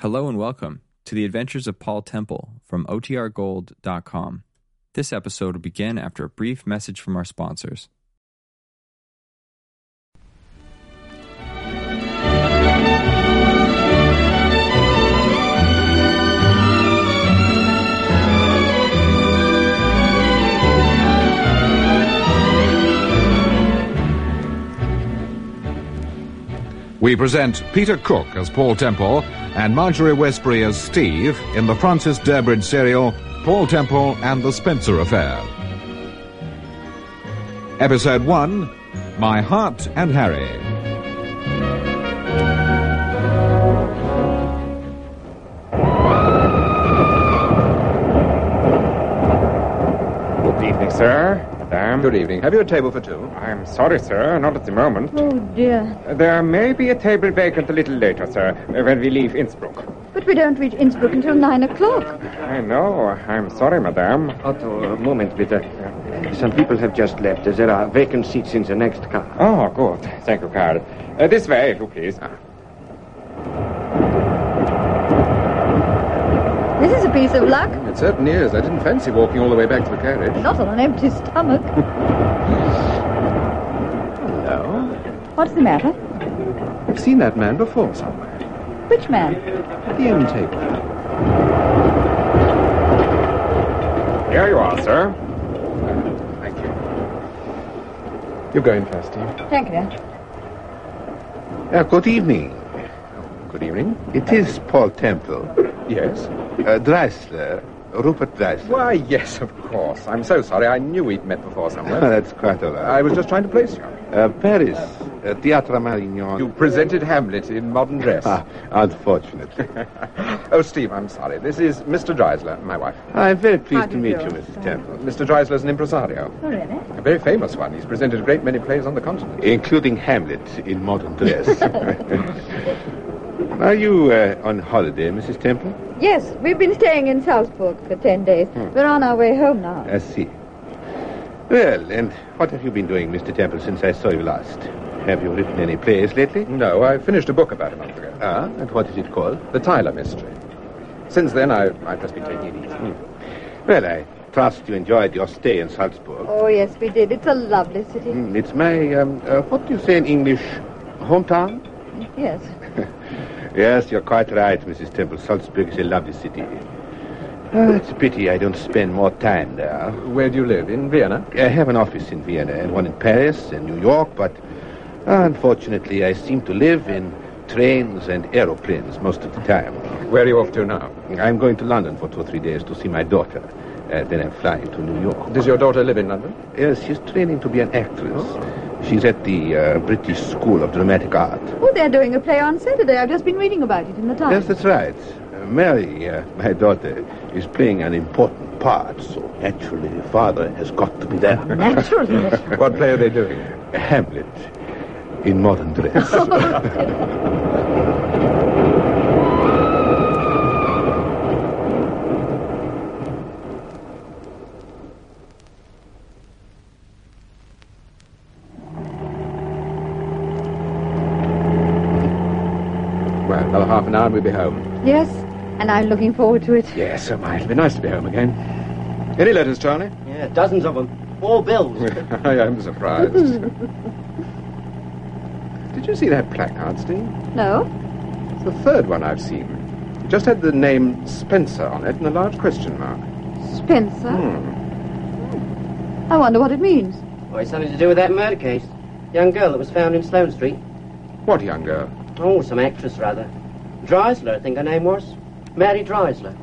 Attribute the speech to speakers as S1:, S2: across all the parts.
S1: Hello and welcome to the adventures of Paul Temple from OTRGold.com. This episode will begin after a brief message from our sponsors.
S2: We present Peter Cook as Paul Temple and Marjorie Westbury as Steve in the Francis Durbridge serial Paul Temple and the Spencer Affair. Episode 1 My Heart and Harry.
S3: Good evening, sir. Madam.
S4: Good evening. Have you a table for two?
S3: I'm sorry, sir. Not at the moment.
S5: Oh dear.
S3: There may be a table vacant a little later, sir, when we leave Innsbruck.
S5: But we don't reach Innsbruck until nine o'clock.
S3: I know. I'm sorry, madame.
S6: Otto, a moment, bitte. Some people have just left. There are vacant seats in the next car.
S3: Oh, good. Thank you, Karl. Uh, this way, if you please.
S4: Ah.
S5: This is a piece of luck.
S4: It certainly is. I didn't fancy walking all the way back to the carriage.
S5: Not on an empty stomach.
S4: No.
S5: What's the matter?
S4: I've seen that man before somewhere.
S5: Which man?
S4: At the end table.
S3: Here you are, sir.
S4: Thank you. You go in first, eh? dear.
S5: Thank you.
S7: Uh, good evening.
S4: Good evening.
S7: It is Paul Temple.
S4: Yes.
S7: Uh, Dreisler, Rupert Dreisler.
S4: Why, yes, of course. I'm so sorry. I knew we'd met before somewhere.
S7: That's quite all right.
S4: I was just trying to place you.
S7: Uh, Paris, uh, Théâtre Marignan.
S4: You presented Hamlet in modern dress.
S7: Ah, unfortunately.
S4: Oh, Steve, I'm sorry. This is Mr. Dreisler, my wife.
S7: I'm very pleased
S5: How do
S7: to
S5: you
S7: meet
S5: do?
S7: you, Mrs. Temple,
S4: Mr. Dreisler's an impresario,
S5: Oh, really?
S4: a very famous one. He's presented a great many plays on the continent.
S7: including Hamlet in modern dress. Are you uh, on holiday, Mrs. Temple?
S5: Yes, we've been staying in Salzburg for ten days. We're on our way home now.
S7: I see. Well, and what have you been doing, Mr. Temple, since I saw you last? Have you written any plays lately?
S4: No, I finished a book about a month ago.
S7: Ah, and what is it called?
S4: The Tyler Mystery. Since then, I, I've just been taking it easy.
S7: Well, I trust you enjoyed your stay in Salzburg.
S5: Oh, yes, we did. It's a lovely city.
S7: Mm, It's my, um, uh, what do you say in English? Hometown?
S5: Yes.
S7: Yes, you're quite right, Mrs. Temple. Salzburg is a lovely city. Ah, it's a pity I don't spend more time there.
S4: Where do you live? In Vienna?
S7: I have an office in Vienna and one in Paris and New York, but ah, unfortunately I seem to live in trains and aeroplanes most of the time.
S4: Where are you off to now?
S7: I'm going to London for two or three days to see my daughter. Uh, then I'm flying to New York.
S4: Does your daughter live in London?
S7: Yes, she's training to be an actress. She's at the uh, British School of Dramatic Art.
S5: Oh, they're doing a play on Saturday. I've just been reading about it in the Times.
S7: Yes, that's right. Uh, Mary, uh, my daughter, is playing an important part, so naturally the father has got to be there.
S5: Naturally.
S4: What play are they doing?
S7: Hamlet in modern dress.
S4: Well, another half an hour and we'll be home.
S5: yes, and I'm looking forward to it.
S4: Yes, so might. It'll be nice to be home again. Any letters, Charlie?
S6: Yeah, dozens of them. All bills.
S4: I am surprised. Did you see that placard, Steve?
S5: No?
S4: It's the third one I've seen. It just had the name Spencer on it and a large question mark.
S5: Spencer?
S4: Hmm.
S5: I wonder what it means.
S8: Well, it's something to do with that murder case. Young girl that was found in Sloane Street.
S4: What young girl?
S8: Oh, some actress rather. Dreisler, I think her name was. Mary Dreisler.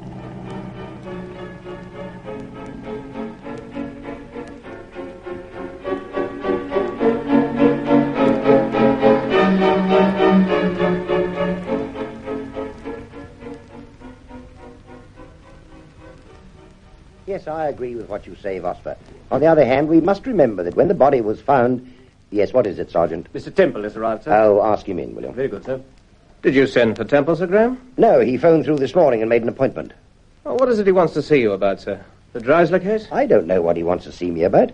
S9: Yes, I agree with what you say, Vosper. On the other hand, we must remember that when the body was found. Yes, what is it, Sergeant?
S6: Mr. Temple has arrived, sir.
S9: Oh, ask him in, will you?
S6: Very good, sir.
S3: Did you send for Temple, Sir Graham?
S9: No, he phoned through this morning and made an appointment.
S3: Oh, what is it he wants to see you about, sir? The Dreisler case?
S9: I don't know what he wants to see me about.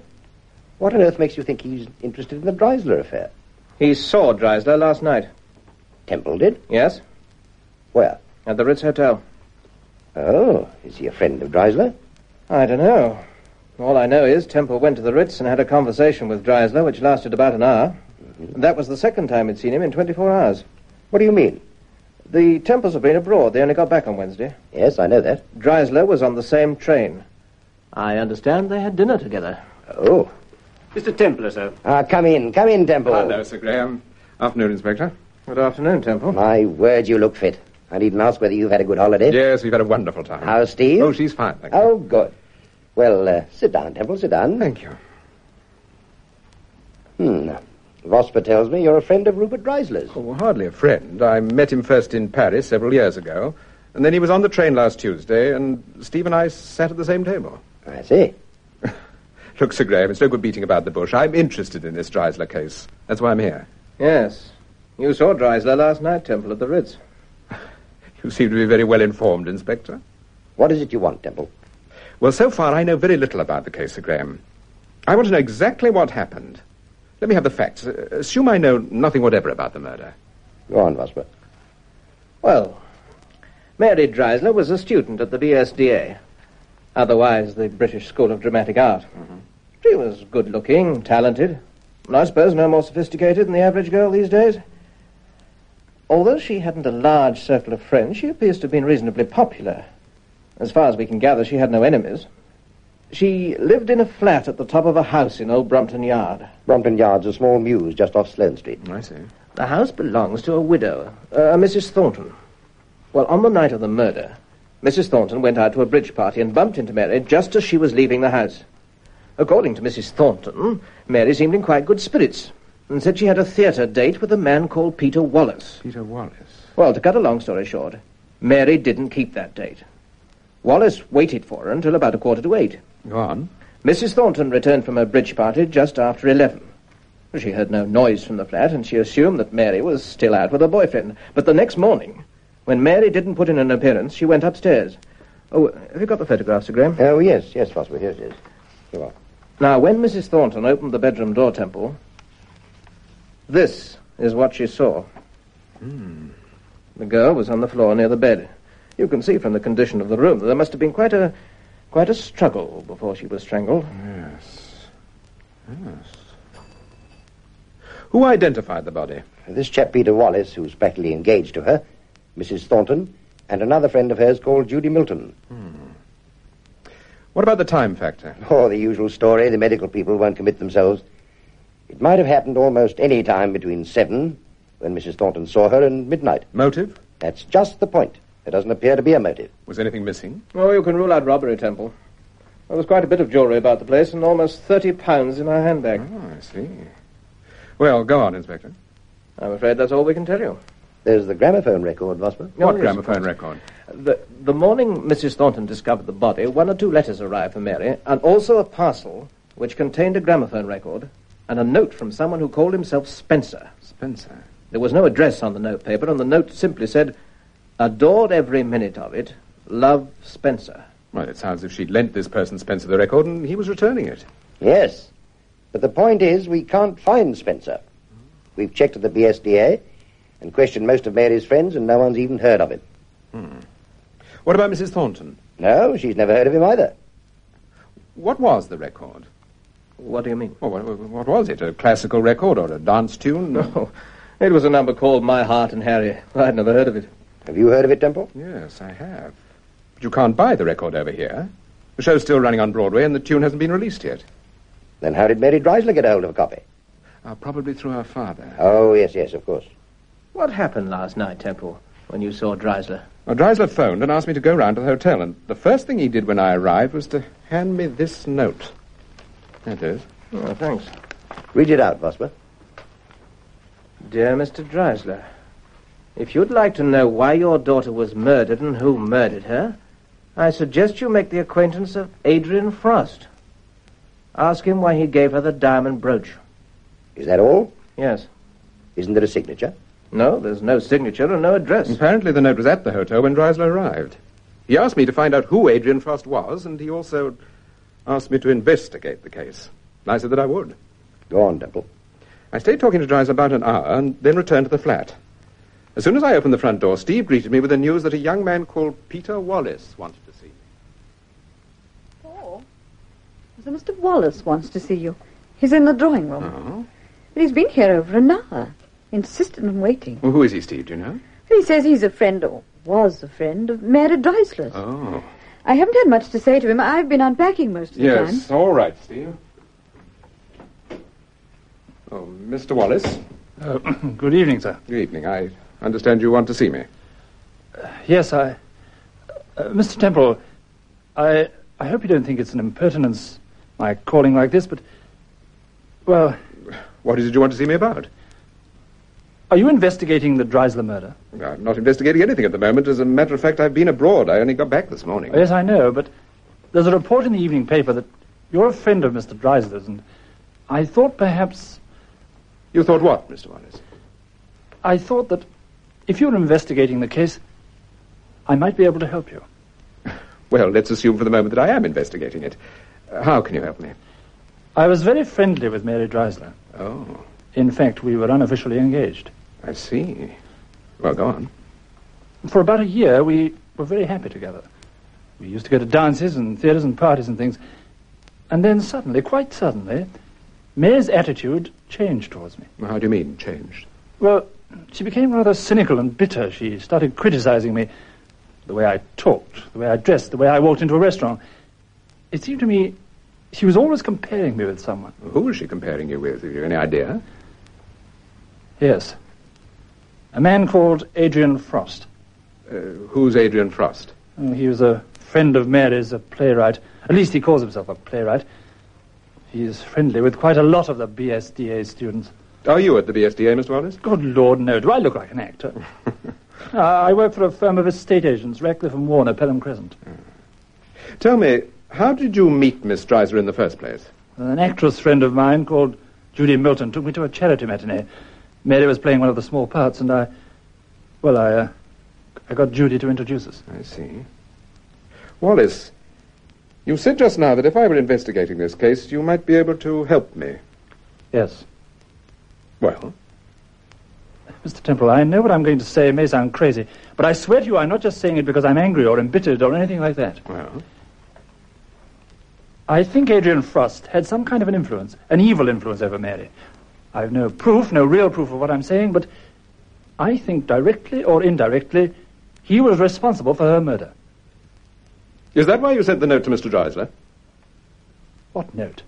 S9: What on earth makes you think he's interested in the Dreisler affair?
S3: He saw Dreisler last night.
S9: Temple did.
S3: Yes?
S9: Where?
S10: At the Ritz Hotel.
S7: Oh, is he a friend of Dreisler?
S10: I don't know. All I know is Temple went to the Ritz and had a conversation with Dreisler, which lasted about an hour.
S9: Mm-hmm.
S10: That was the second time he'd seen him in 24 hours.
S7: What do you mean?
S10: The Temples have been abroad. They only got back on Wednesday.
S7: Yes, I know that.
S10: Dreisler was on the same train. I understand they had dinner together.
S7: Oh.
S11: Mr. Templar, sir.
S7: Ah, come in, come in, Temple.
S2: Hello, Sir Graham. Afternoon, Inspector.
S10: Good afternoon, Temple.
S7: My word, you look fit. I needn't ask whether you've had a good holiday.
S2: Yes, we've had a wonderful time.
S7: How's Steve?
S2: Oh, she's fine, thank you.
S7: Oh, good. Well, uh, sit down, Temple, sit down.
S2: Thank you.
S7: Hmm. Vosper tells me you're a friend of Rupert Dreisler's.
S2: Oh, Well, hardly a friend. I met him first in Paris several years ago, and then he was on the train last Tuesday, and Steve and I sat at the same table.
S7: I see.
S2: Look, Sir Graham, it's no good beating about the bush. I'm interested in this Dreisler case. That's why I'm here.
S10: Yes. You saw Dreisler last night, Temple, at the Ritz.
S2: You seem to be very well informed, Inspector.
S7: What is it you want, Temple?
S2: Well, so far I know very little about the case, Sir Graham. I want to know exactly what happened. Let me have the facts. Uh, Assume I know nothing whatever about the murder.
S7: Go on, Vosper.
S10: Well, Mary Dreisler was a student at the BSDA, otherwise the British School of Dramatic Art. She was good looking, talented, and I suppose no more sophisticated than the average girl these days. Although she hadn't a large circle of friends, she appears to have been reasonably popular. As far as we can gather, she had no enemies. She lived in a flat at the top of a house in Old Brompton Yard.
S7: Brompton Yard's a small mews just off Sloane Street.
S2: I see.
S10: The house belongs to a widow, uh, a Mrs. Thornton. Well, on the night of the murder, Mrs. Thornton went out to a bridge party and bumped into Mary just as she was leaving the house. According to Mrs. Thornton, Mary seemed in quite good spirits and said she had a theatre date with a man called Peter Wallace.
S2: Peter Wallace.
S10: Well, to cut a long story short, Mary didn't keep that date. Wallace waited for her until about a quarter to eight.
S2: Go on.
S10: Mrs. Thornton returned from her bridge party just after eleven. She heard no noise from the flat, and she assumed that Mary was still out with her boyfriend. But the next morning, when Mary didn't put in an appearance, she went upstairs. Oh, have you got the photograph, Sir Graham?
S7: Oh, yes, yes, Vosper, here it is. Come on.
S10: Now, when Mrs. Thornton opened the bedroom door, Temple, this is what she saw.
S7: Hmm.
S10: The girl was on the floor near the bed. You can see from the condition of the room that there must have been quite a quite a struggle before she was strangled.
S2: Who identified the body?
S7: This chap, Peter Wallace, who's practically engaged to her, Mrs. Thornton, and another friend of hers called Judy Milton.
S2: What about the time factor?
S7: Oh, the usual story. The medical people won't commit themselves. It might have happened almost any time between seven, when Mrs. Thornton saw her, and midnight.
S2: Motive?
S7: That's just the point. There doesn't appear to be a motive.
S2: Was anything missing?
S10: Oh, you can rule out robbery, Temple. There was quite a bit of jewellery about the place and almost 30 pounds in her handbag.
S7: Hmm?
S2: Oh, I see. Well, go on, Inspector.
S10: I'm afraid that's all we can tell you.
S7: There's the gramophone record, Vosper.
S2: what
S10: yes,
S2: gramophone record?
S10: The, the morning Mrs. Thornton discovered the body, one or two letters arrived for Mary, and also a parcel which contained a gramophone record and a note from someone who called himself Spencer.
S2: Spencer.
S10: There was no address on the note paper, and the note simply said, Adored every minute of it, love Spencer.
S2: Well, it sounds as if she'd lent this person Spencer the record and he was returning it.
S7: Yes. But the point is, we can't find Spencer. We've checked at the BSDA and questioned most of Mary's friends, and no one's even heard of him.
S2: What about Mrs. Thornton?
S7: No, she's never heard of him either.
S2: What was the record?
S10: What do you mean?
S2: Well, what, what was it? A classical record or a dance tune?
S10: Oh, it was a number called My Heart and Harry. I'd never heard of it.
S7: Have you heard of it, Temple?
S2: Yes, I have. But you can't buy the record over here. The show's still running on Broadway and the tune hasn't been released yet.
S7: Then how did Mary Dreisler get hold of a copy?
S2: Uh, probably through her father.
S7: Oh, yes, yes, of course.
S10: What happened last night, Temple, when you saw Dreisler?
S2: Well, Dreisler phoned and asked me to go round to the hotel, and the first thing he did when I arrived was to hand me this note. There it is.
S10: Oh, thanks.
S7: Read it out, Vosper.
S10: Dear Mr. Dreisler, if you'd like to know why your daughter was murdered and who murdered her, I suggest you make the acquaintance of Adrian Frost. Ask him why he gave her the diamond brooch.
S7: Is that all?
S10: Yes.
S7: Isn't there a signature?
S10: No, there's no signature and no address.
S2: Apparently, the note was at the hotel when Dreisler arrived. He asked me to find out who Adrian Frost was, and he also asked me to investigate the case. I said that I would.
S7: Go on, Temple.
S2: I stayed talking to Dreisler about an hour, and then returned to the flat.
S4: As soon as I opened the front door, Steve greeted me with the news that a young man called Peter Wallace wanted to see me.
S5: Paul? So Mr. Wallace wants to see you. He's in the drawing room.
S4: Oh?
S5: But he's been here over an hour, insisted on waiting.
S4: Well, who is he, Steve? Do you know?
S5: He says he's a friend, or was a friend, of Mary Dreisler's.
S4: Oh.
S5: I haven't had much to say to him. I've been unpacking most of the time.
S4: Yes, all right, Steve. Oh, Mr. Wallace.
S11: good evening, sir.
S4: Good evening. I understand you want to see me.
S11: Yes, I. Uh, Mr. Temple, I, I hope you don't think it's an impertinence, my calling like this, but. Well.
S4: What is it you want to see me about?
S11: Are you investigating the Dreisler murder?
S4: I'm not investigating anything at the moment. As a matter of fact, I've been abroad. I only got back this morning.
S11: Oh, Yes, I know, but there's a report in the evening paper that you're a friend of Mr. Dreisler's, and I thought perhaps.
S4: You thought what, Mr. Wallace?
S11: I thought that if you were investigating the case, I might be able to help you.
S4: Well, let's assume for the moment that I am investigating it. Uh, how can you help me?
S11: I was very friendly with Mary Dreisler.
S4: Oh,
S11: In fact, we were unofficially engaged.
S4: I see. Well, go on.
S11: For about a year, we were very happy together. We used to go to dances and theatres and parties and things. And then suddenly, quite suddenly, May's attitude changed towards me.
S4: How do you mean, changed?
S11: Well, she became rather cynical and bitter. She started criticizing me the way I talked, the way I dressed, the way I walked into a restaurant. It seemed to me she was always comparing me with someone.
S4: Who was she comparing you with? Have you any idea?
S11: Yes. A man called Adrian Frost.
S4: Uh, who's Adrian Frost?
S11: Oh, He was a friend of Mary's, a playwright. At least he calls himself a playwright. He is friendly with quite a lot of the BSDA students.
S4: Are you at the BSDA, Mr. Wallace?
S11: Good Lord, no. Do I look like an actor? Uh, I work for a firm of estate agents, Ratcliffe and Warner, Pelham Crescent.
S4: Tell me, how did you meet Miss Dreiser in the first place?
S11: An actress friend of mine called Judy Milton took me to a charity matinee. Mary was playing one of the small parts, and I. Well, I. Uh, I got Judy to introduce us.
S4: I see. Wallace, you said just now that if I were investigating this case, you might be able to help me.
S11: Yes.
S4: Well?
S11: Mr. Temple, I know what I'm going to say may sound crazy, but I swear to you I'm not just saying it because I'm angry or embittered or anything like that.
S4: Well?
S11: I think Adrian Frost had some kind of an influence, an evil influence over Mary. I've no proof, no real proof of what I'm saying, but I think directly or indirectly, he was responsible for her murder.
S4: Is that why you sent the note to Mr. Dreisler?
S11: What note?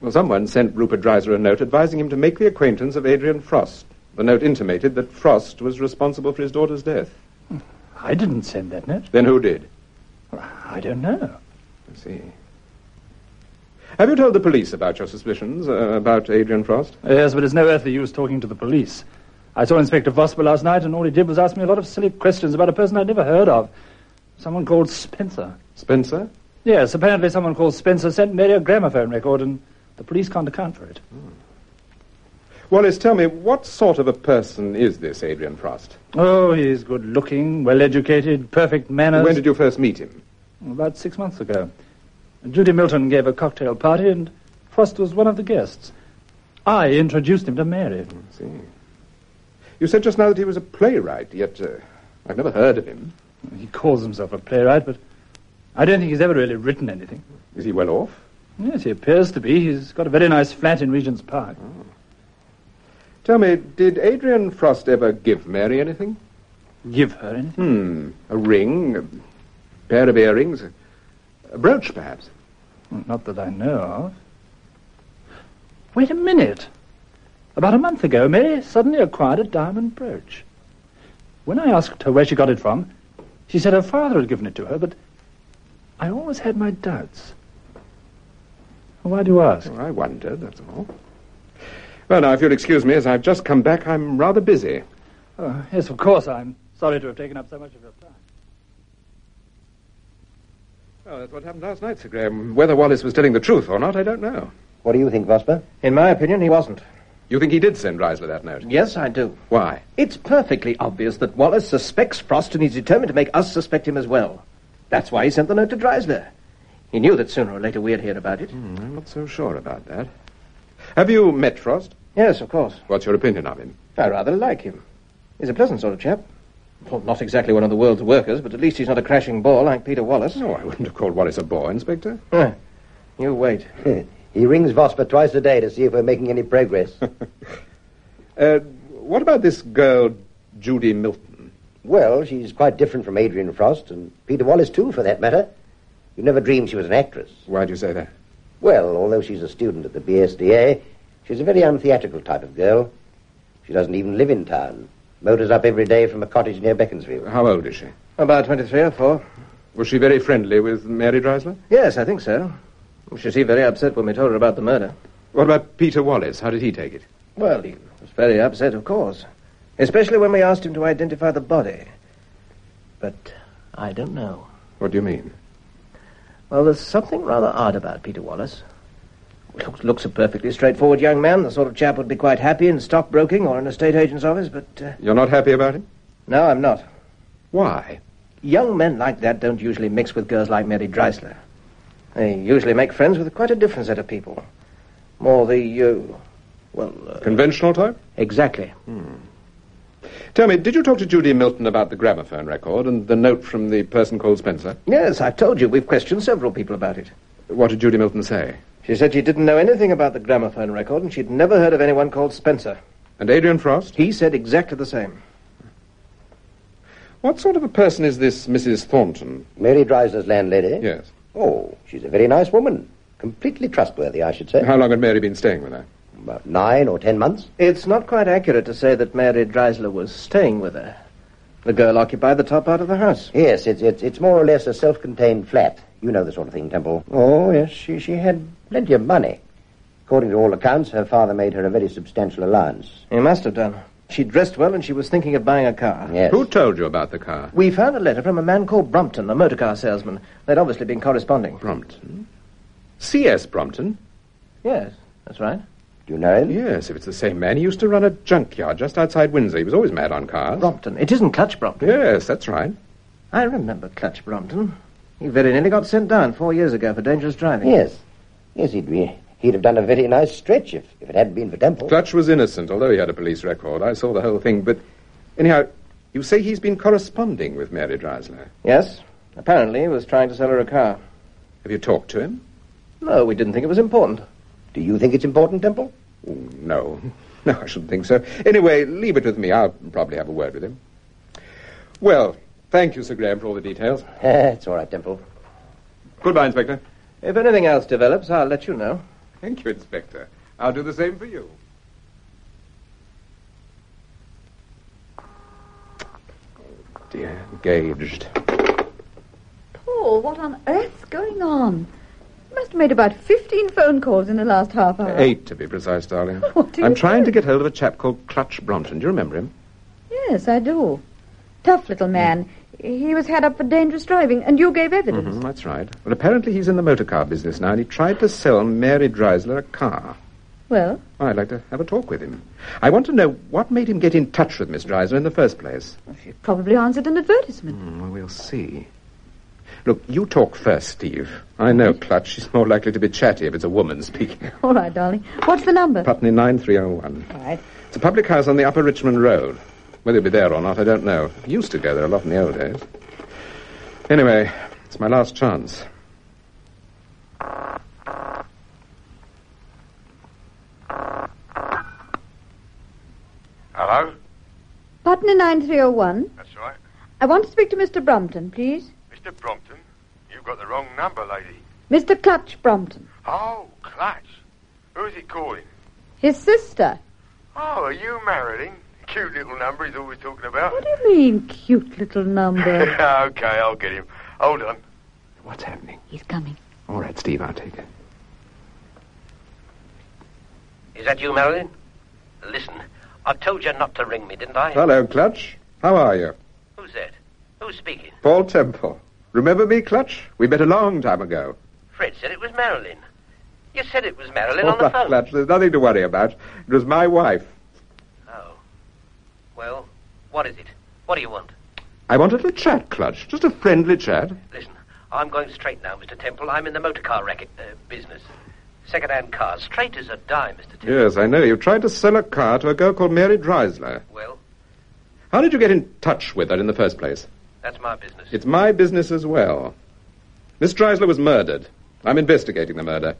S4: Well, someone sent Rupert Dreiser a note advising him to make the acquaintance of Adrian Frost. The note intimated that Frost was responsible for his daughter's death.
S11: I didn't send that note.
S4: Then who did?
S11: I don't know.
S4: I see. Have you told the police about your suspicions uh, about Adrian Frost?
S11: Yes, but it's no earthly use talking to the police. I saw Inspector Vosper last night, and all he did was ask me a lot of silly questions about a person I'd never heard of. Someone called Spencer.
S4: Spencer?
S11: Yes, apparently someone called Spencer sent Mary a gramophone record, and the police can't account for it.
S4: Wallace, tell me, what sort of a person is this Adrian Frost?
S11: Oh, he's good looking, well educated, perfect manners.
S4: When did you first meet him?
S11: About six months ago. Judy Milton gave a cocktail party, and Frost was one of the guests. I introduced him to Mary.
S4: I see. You said just now that he was a playwright, yet uh, I've never heard of him.
S11: He calls himself a playwright, but I don't think he's ever really written anything.
S4: Is he well off?
S11: Yes, he appears to be. He's got a very nice flat in Regent's Park.
S4: Tell me, did Adrian Frost ever give Mary anything?
S11: Give her anything?
S4: Hmm, a ring, a pair of earrings, a brooch, perhaps.
S11: Not that I know of. Wait a minute. About a month ago, Mary suddenly acquired a diamond brooch. When I asked her where she got it from, she said her father had given it to her, but I always had my doubts. Why do you ask?
S4: Oh, I wondered, that's all. Well, now, if you'll excuse me, as I've just come back, I'm rather busy.
S11: Oh, yes, of course, I'm sorry to have taken up so much of your time.
S4: Oh, that's what happened last night, Sir Graham. Whether Wallace was telling the truth or not, I don't know.
S9: What do you think, Vosper?
S10: In my opinion, he wasn't.
S4: You think he did send Reisler that note?
S10: Yes, I do.
S4: Why?
S10: It's perfectly obvious that Wallace suspects Frost and he's determined to make us suspect him as well. That's why he sent the note to Dreisler. He knew that sooner or later we'd hear about it.
S4: Hmm, I'm not so sure about that. Have you met Frost?
S10: Yes, of course.
S4: What's your opinion of him?
S10: I rather like him. He's a pleasant sort of chap. Well, not exactly one of the world's workers, but at least he's not a crashing bore like Peter Wallace.
S4: Oh,
S10: No, I wouldn't have called Wallace a bore, Inspector. you wait.
S9: he rings Vosper twice a day to see if we're making any progress.
S4: Uh, what about this girl, Judy Milton?
S9: Well, she's quite different from Adrian Frost, and Peter Wallace, too, for that matter. You never dreamed she was an actress.
S4: Why do you say that?
S9: Well, although she's a student at the BSDA, she's a very untheatrical type of girl. She doesn't even live in town. Motors up every day from a cottage near Beaconsfield.
S4: How old is she?
S10: About 23 or 4.
S4: Was she very friendly with Mary Dreisler?
S10: Yes, I think so. She seemed very upset when we told her about the murder.
S4: What about Peter Wallace? How did he take it?
S10: Well, he was very upset, of course. Especially when we asked him to identify the body. But I don't know.
S4: What do you mean?
S10: Well, there's something rather odd about Peter Wallace. Looks, looks a perfectly straightforward young man, the sort of chap who'd be quite happy in stockbroking or an estate agent's office, but uh,
S4: You're not happy about him?
S10: no, I'm not.
S4: Why?
S10: Young men like that don't usually mix with girls like Mary Dreisler. They usually make friends with quite a different set of people. More the, uh, well... Uh,
S4: Conventional type?
S10: Exactly.
S4: Tell me, did you talk to Judy Milton about the gramophone record and the note from the person called Spencer?
S10: Yes, I've told you. We've questioned several people about it.
S4: What did Judy Milton say?
S10: She said she didn't know anything about the gramophone record and she'd never heard of anyone called Spencer.
S4: And Adrian Frost?
S10: He said exactly the same.
S4: What sort of a person is this Mrs. Thornton?
S9: Mary Dreisler's landlady?
S4: Yes.
S9: Oh, she's a very nice woman. Completely trustworthy, I should say.
S4: How long had Mary been staying with her?
S9: About nine or ten months.
S10: It's not quite accurate to say that Mary Dreisler was staying with her. The girl occupied the top part of the house.
S9: Yes, it's, it's, it's more or less a self-contained flat. You know the sort of thing, Temple. Oh, yes, she, she had plenty of money. According to all accounts, her father made her a very substantial allowance.
S10: He must have done. She dressed well and she was thinking of buying a car.
S9: Yes.
S4: Who told you about the car?
S10: We found a letter from a man called Brompton, a motor car salesman. They'd obviously been corresponding.
S4: Brompton? C.S. Brompton?
S10: Yes, that's right.
S9: Do you know him?
S4: Yes, if it's the same man. He used to run a junkyard just outside Windsor. He was always mad on cars.
S10: Brompton. It isn't Clutch Brompton.
S4: Yes, that's right.
S10: I remember Clutch Brompton. He very nearly got sent down four years ago for dangerous driving.
S9: Yes. Yes, he'd be... He'd have done a very nice stretch if, if it hadn't been for Temple.
S4: Clutch was innocent, although he had a police record. I saw the whole thing, but anyhow, you say he's been corresponding with Mary Dreisler.
S10: Yes. Apparently he was trying to sell her a car.
S4: Have you talked to him?
S10: No, we didn't think it was important.
S9: Do you think it's important, Temple?
S4: Mm, No. No, I shouldn't think so. Anyway, leave it with me. I'll probably have a word with him. Well, thank you, Sir Graham, for all the details.
S9: it's all right, Temple.
S4: Goodbye, Inspector.
S10: If anything else develops, I'll let you know.
S4: Thank you, Inspector. I'll do the same for you. Oh, dear, engaged.
S5: Paul, what on earth's going on? You must have made about 15 phone calls in the last half hour.
S4: Eight, to be precise, darling.
S5: What do you
S4: I'm trying
S5: mean?
S4: to get hold of a chap called Clutch Brompton. Do you remember him?
S5: Yes, I do. Tough little man. He was had up for dangerous driving, and you gave evidence.
S4: Mhm, that's right. Well, apparently he's in the motor car business now, and he tried to sell Mary Dreisler a car.
S5: Well,
S4: I'd like to have a talk with him. I want to know what made him get in touch with Miss Dreisler in the first place.
S5: she probably answered an advertisement.
S4: Hmm, well, we'll see. Look, you talk first, Steve. I know Clutch. She's more likely to be chatty if it's a woman speaking.
S5: All right, darling. What's the number?
S4: Putney 9301.
S5: All right.
S4: It's a public house on the Upper Richmond Road. Whether he'll be there or not, I don't know. He used to go there a lot in the old days. Anyway, it's my last chance.
S12: Hello?
S5: Putney 9301.
S12: That's right.
S5: I want to speak to Mr. Brompton, please.
S12: Mr. Brompton, you've got the wrong number, lady.
S5: Mr. Clutch Brompton.
S12: Oh, Clutch. Who's he calling?
S5: His sister.
S12: Oh, are you married him? Cute little number he's always talking about.
S5: What do you mean, cute little number?
S12: okay, I'll get him. Hold on.
S4: What's happening?
S5: He's coming.
S4: All right, Steve, I'll take it.
S13: Is that you, Marilyn? Listen, I told you not to ring me, didn't I?
S4: Hello, Clutch. How are you?
S13: Who's that? Who's speaking?
S4: Paul Temple. Remember me, Clutch? We met a long time ago.
S13: Fred said it was Marilyn. You said it was Marilyn
S4: All
S13: on the
S4: right,
S13: phone.
S4: Oh, Clutch, there's nothing to worry about. It was my wife.
S13: Oh. Well, what is it? What do you want?
S4: I want a little chat, Clutch. Just a friendly chat.
S13: Listen, I'm going straight now, Mr. Temple. I'm in the motor car racket uh, business. Second-hand cars, straight as a dime, Mr. Temple.
S4: Yes, I know. You tried to sell a car to a girl called Mary Dreisler.
S13: Well,
S4: How did you get in touch with her in the first place?
S14: That's my business.
S4: It's my business as well. Miss Dreisler was murdered. I'm investigating the murder.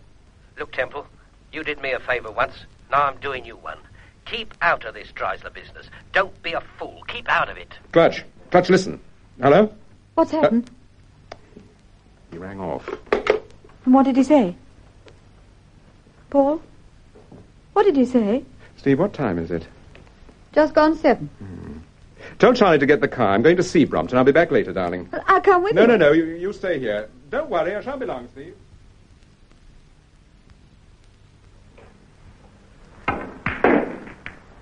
S14: Look, Temple, you did me a favor once. Now I'm doing you one. Keep out of this Dreisler business. Don't be a fool. Keep out of it.
S4: Clutch, Clutch, listen. Hello?
S15: What's happened?
S4: He rang off.
S15: and what did he say? Paul? What did he say?
S4: Steve, what time is it?
S15: Just gone seven.
S4: Tell Charlie to get the car. I'm going to see Brompton. I'll be back later, darling.
S15: Well, I'll come with
S4: No,
S15: you.
S4: no, no. You, you stay here. Don't worry. I shan't be long, Steve.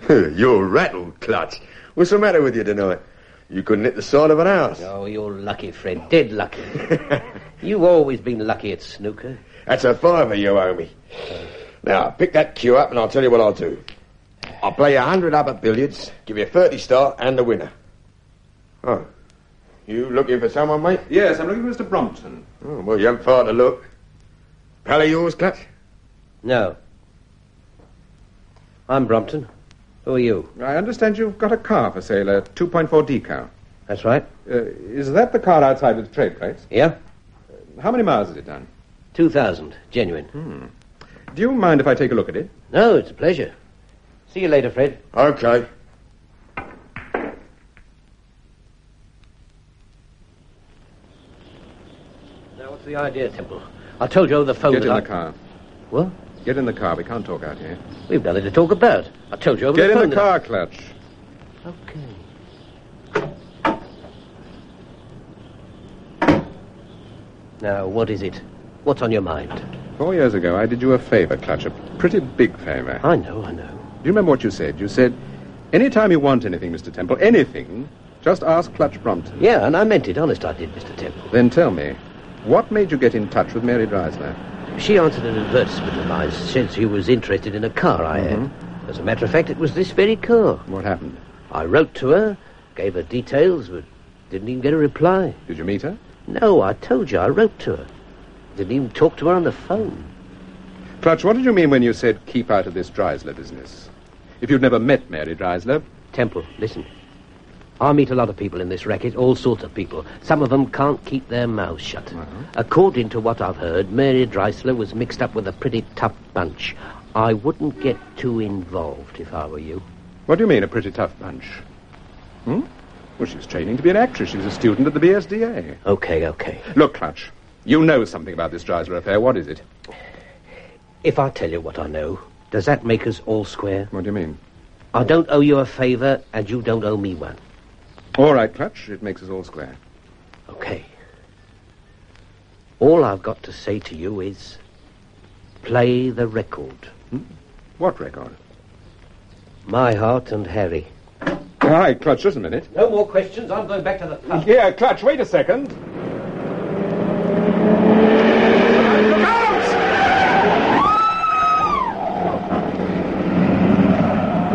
S16: You're rattled, Clutch. What's the matter with you tonight? You couldn't hit the side of an house.
S14: Oh, you're lucky, Fred. Dead lucky. You've always been lucky at snooker.
S16: That's a fiver you owe me. Now, pick that cue up and I'll tell you what I'll do. I'll play you a hundred up at billiards, give you a 30 start and the winner. Oh. You looking for someone, mate?
S4: Yes, I'm looking for Mr. Brompton.
S16: Oh, well, you haven't far to look. Pal of yours, Clutch?
S10: No.
S4: I'm Brompton. Who are you? I understand you've got a car for sale, a 2.4 decal. That's right. Uh, is that the car outside with the trade plates? Yeah. How many miles has it done? 2,000, genuine. Hmm. Do you mind if I take a look at it?
S10: No, it's a pleasure. See you later, Fred.
S16: Okay.
S10: Now, what's the idea, Temple? I told you over the phone
S4: Get
S10: that
S4: in
S10: I...
S4: the car.
S10: What?
S4: Get in the car. We can't talk out here.
S10: We've nothing to talk about. I told you over
S4: Get
S10: the phone
S4: in the
S10: that I-
S4: car, Clutch.
S10: Okay. Now, what is it? What's on your mind?
S4: Four years ago, I did you a favor, Clutch, a pretty big favor. I
S10: know, I know.
S4: Do you remember what you said? You said, any time you want anything, Mr. Temple, anything, just ask Clutch Brompton.
S10: Yeah, and I meant it. Honest, I did, Mr. Temple.
S4: Then tell me, what made you get in touch with Mary Dreisler?
S10: She answered an advertisement of mine, said she was interested in a car I had. As a matter of fact, it was this very car.
S4: Mm-hmm. What happened?
S10: I wrote to her, gave her details, but didn't even get a reply.
S4: Did you meet her?
S10: No, I told you, I wrote to her. Didn't even talk to her on the phone.
S4: Clutch, what did you mean when you said keep out of this Dreisler business? If you'd never met Mary Dreisler.
S10: Temple, listen. I meet a lot of people in this racket, all sorts of people. Some of them can't keep their mouths shut. According to what I've heard, Mary Dreisler was mixed up with a pretty tough bunch. I wouldn't get too involved if I were you.
S4: What do you mean, a pretty tough bunch? Hmm? Well, she was training to be an actress. She was a student at the BSDA.
S10: Okay, okay.
S4: Look, Clutch, you know something about this Dreisler affair. What is it?
S10: If I tell you what I know, does that make us all square?
S4: What do you mean?
S10: I don't owe you a favour, and you don't owe me one.
S4: All right, Clutch, it makes us all square.
S10: Okay. All I've got to say to you is play the record.
S4: What record?
S10: My Heart and Harry.
S4: Hi, Clutch, just a minute.
S10: No more questions. I'm going back to the pub.
S4: Yeah, Clutch, wait a second.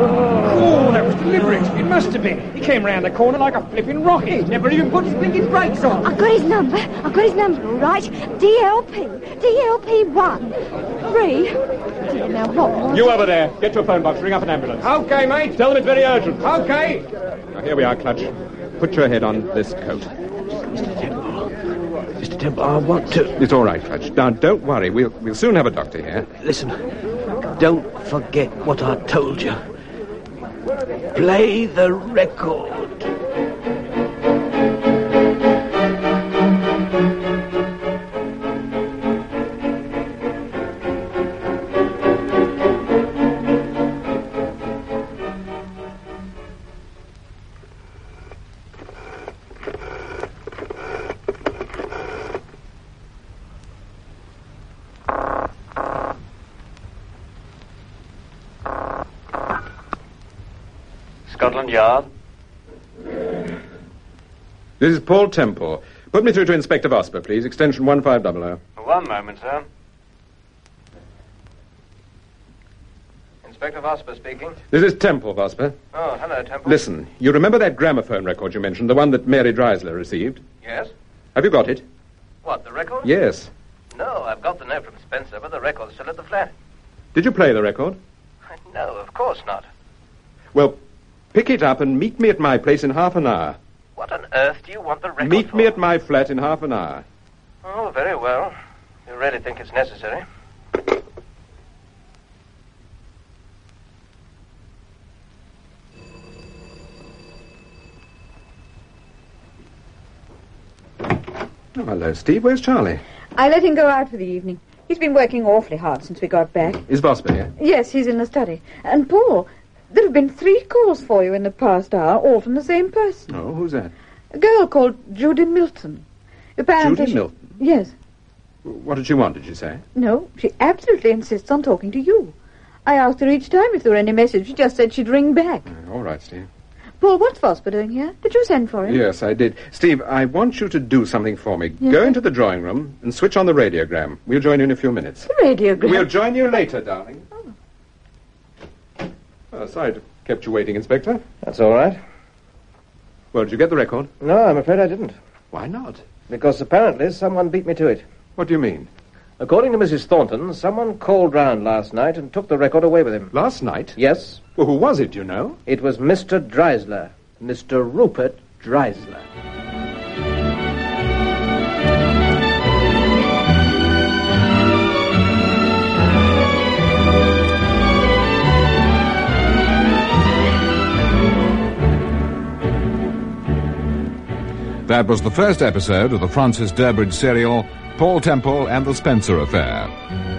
S17: Oh, that was deliberate. It must have been. He came round the corner like a flipping rocket. Never even put his blinking brakes on.
S5: I've got his number. I've got his number, all right. DLP. DLP 1. 3. Dear, now what was
S17: You over there. Get to a phone box. Ring up an ambulance. Okay, mate. Tell them it's very urgent. Okay.
S4: Now, here we are, Clutch. Put your head on this coat.
S10: Mr. Temple, I want to.
S4: It's all right, Clutch. Now, don't worry. We'll, we'll soon have a doctor here.
S10: Listen, don't forget what I told you. Play the record.
S18: Scotland Yard.
S4: This is Paul Temple. Put me through to Inspector Vosper, please. Extension 1500.
S18: One moment, sir. Inspector Vosper speaking.
S4: This is Temple, Vosper.
S18: Oh, hello, Temple.
S4: Listen, you remember that gramophone record you mentioned, the one that Mary Dreisler received?
S18: Yes?
S4: Have you got it?
S18: What, the record?
S4: Yes.
S18: No, I've got the note from Spencer, but the record's still at the flat.
S4: Did you play the record?
S18: No, of course not.
S4: Well, Pick it up and meet me at my place in half an hour.
S19: What on earth do you want the record
S4: meet
S19: for?
S4: me at my flat in half an hour.
S19: Oh, very well. You really think it's necessary?
S4: Oh, hello, Steve. Where's Charlie?
S5: I let him go out for the evening. He's been working awfully hard since we got back.
S4: Is Boss been here?
S5: Yes, he's in the study. And Paul, there have been three calls for you in the past hour, all from the same person.
S4: Oh, who's that?
S5: A girl called Judy Milton. Apparently
S4: Judy
S5: she-
S4: Milton.
S5: Yes.
S4: What did she want, did you say?
S5: No, she absolutely insists on talking to you. I asked her each time if there were any message. She just said she'd ring back.
S4: Mm, All right, Steve.
S5: Paul, what's Vosper doing here? Did you send for him?
S4: Yes, I did. Steve, I want you to do something for me.
S5: Yes,
S4: Go
S5: sir.
S4: into the drawing room and switch on the radiogram. We'll join you in a few minutes.
S5: The radiogram.
S4: We'll join you later, darling. Oh, sorry to kept you waiting, Inspector.
S10: That's all right.
S4: Well, did you get the record?
S10: No, I'm afraid I didn't.
S4: Why not?
S10: Because apparently someone beat me to it.
S4: What do you mean?
S10: According to Mrs. Thornton, someone called round last night and took the record away with him.
S4: Last night?
S10: Yes.
S4: Well, who was it, do you know?
S10: It was Mr. Dreisler. Mr. Rupert Dreisler.
S2: That was the first episode of the Francis Durbridge serial, Paul Temple and the Spencer Affair,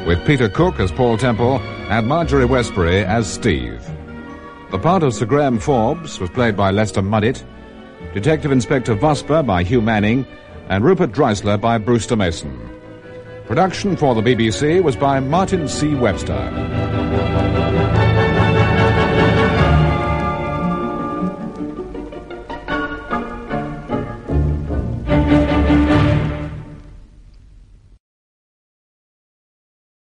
S2: with Peter Cook as Paul Temple and Marjorie Westbury as Steve. The part of Sir Graham Forbes was played by Lester Mudditt, Detective Inspector Vosper by Hugh Manning, and Rupert Dreisler by Brewster Mason. Production for the BBC was by Martin C. Webster.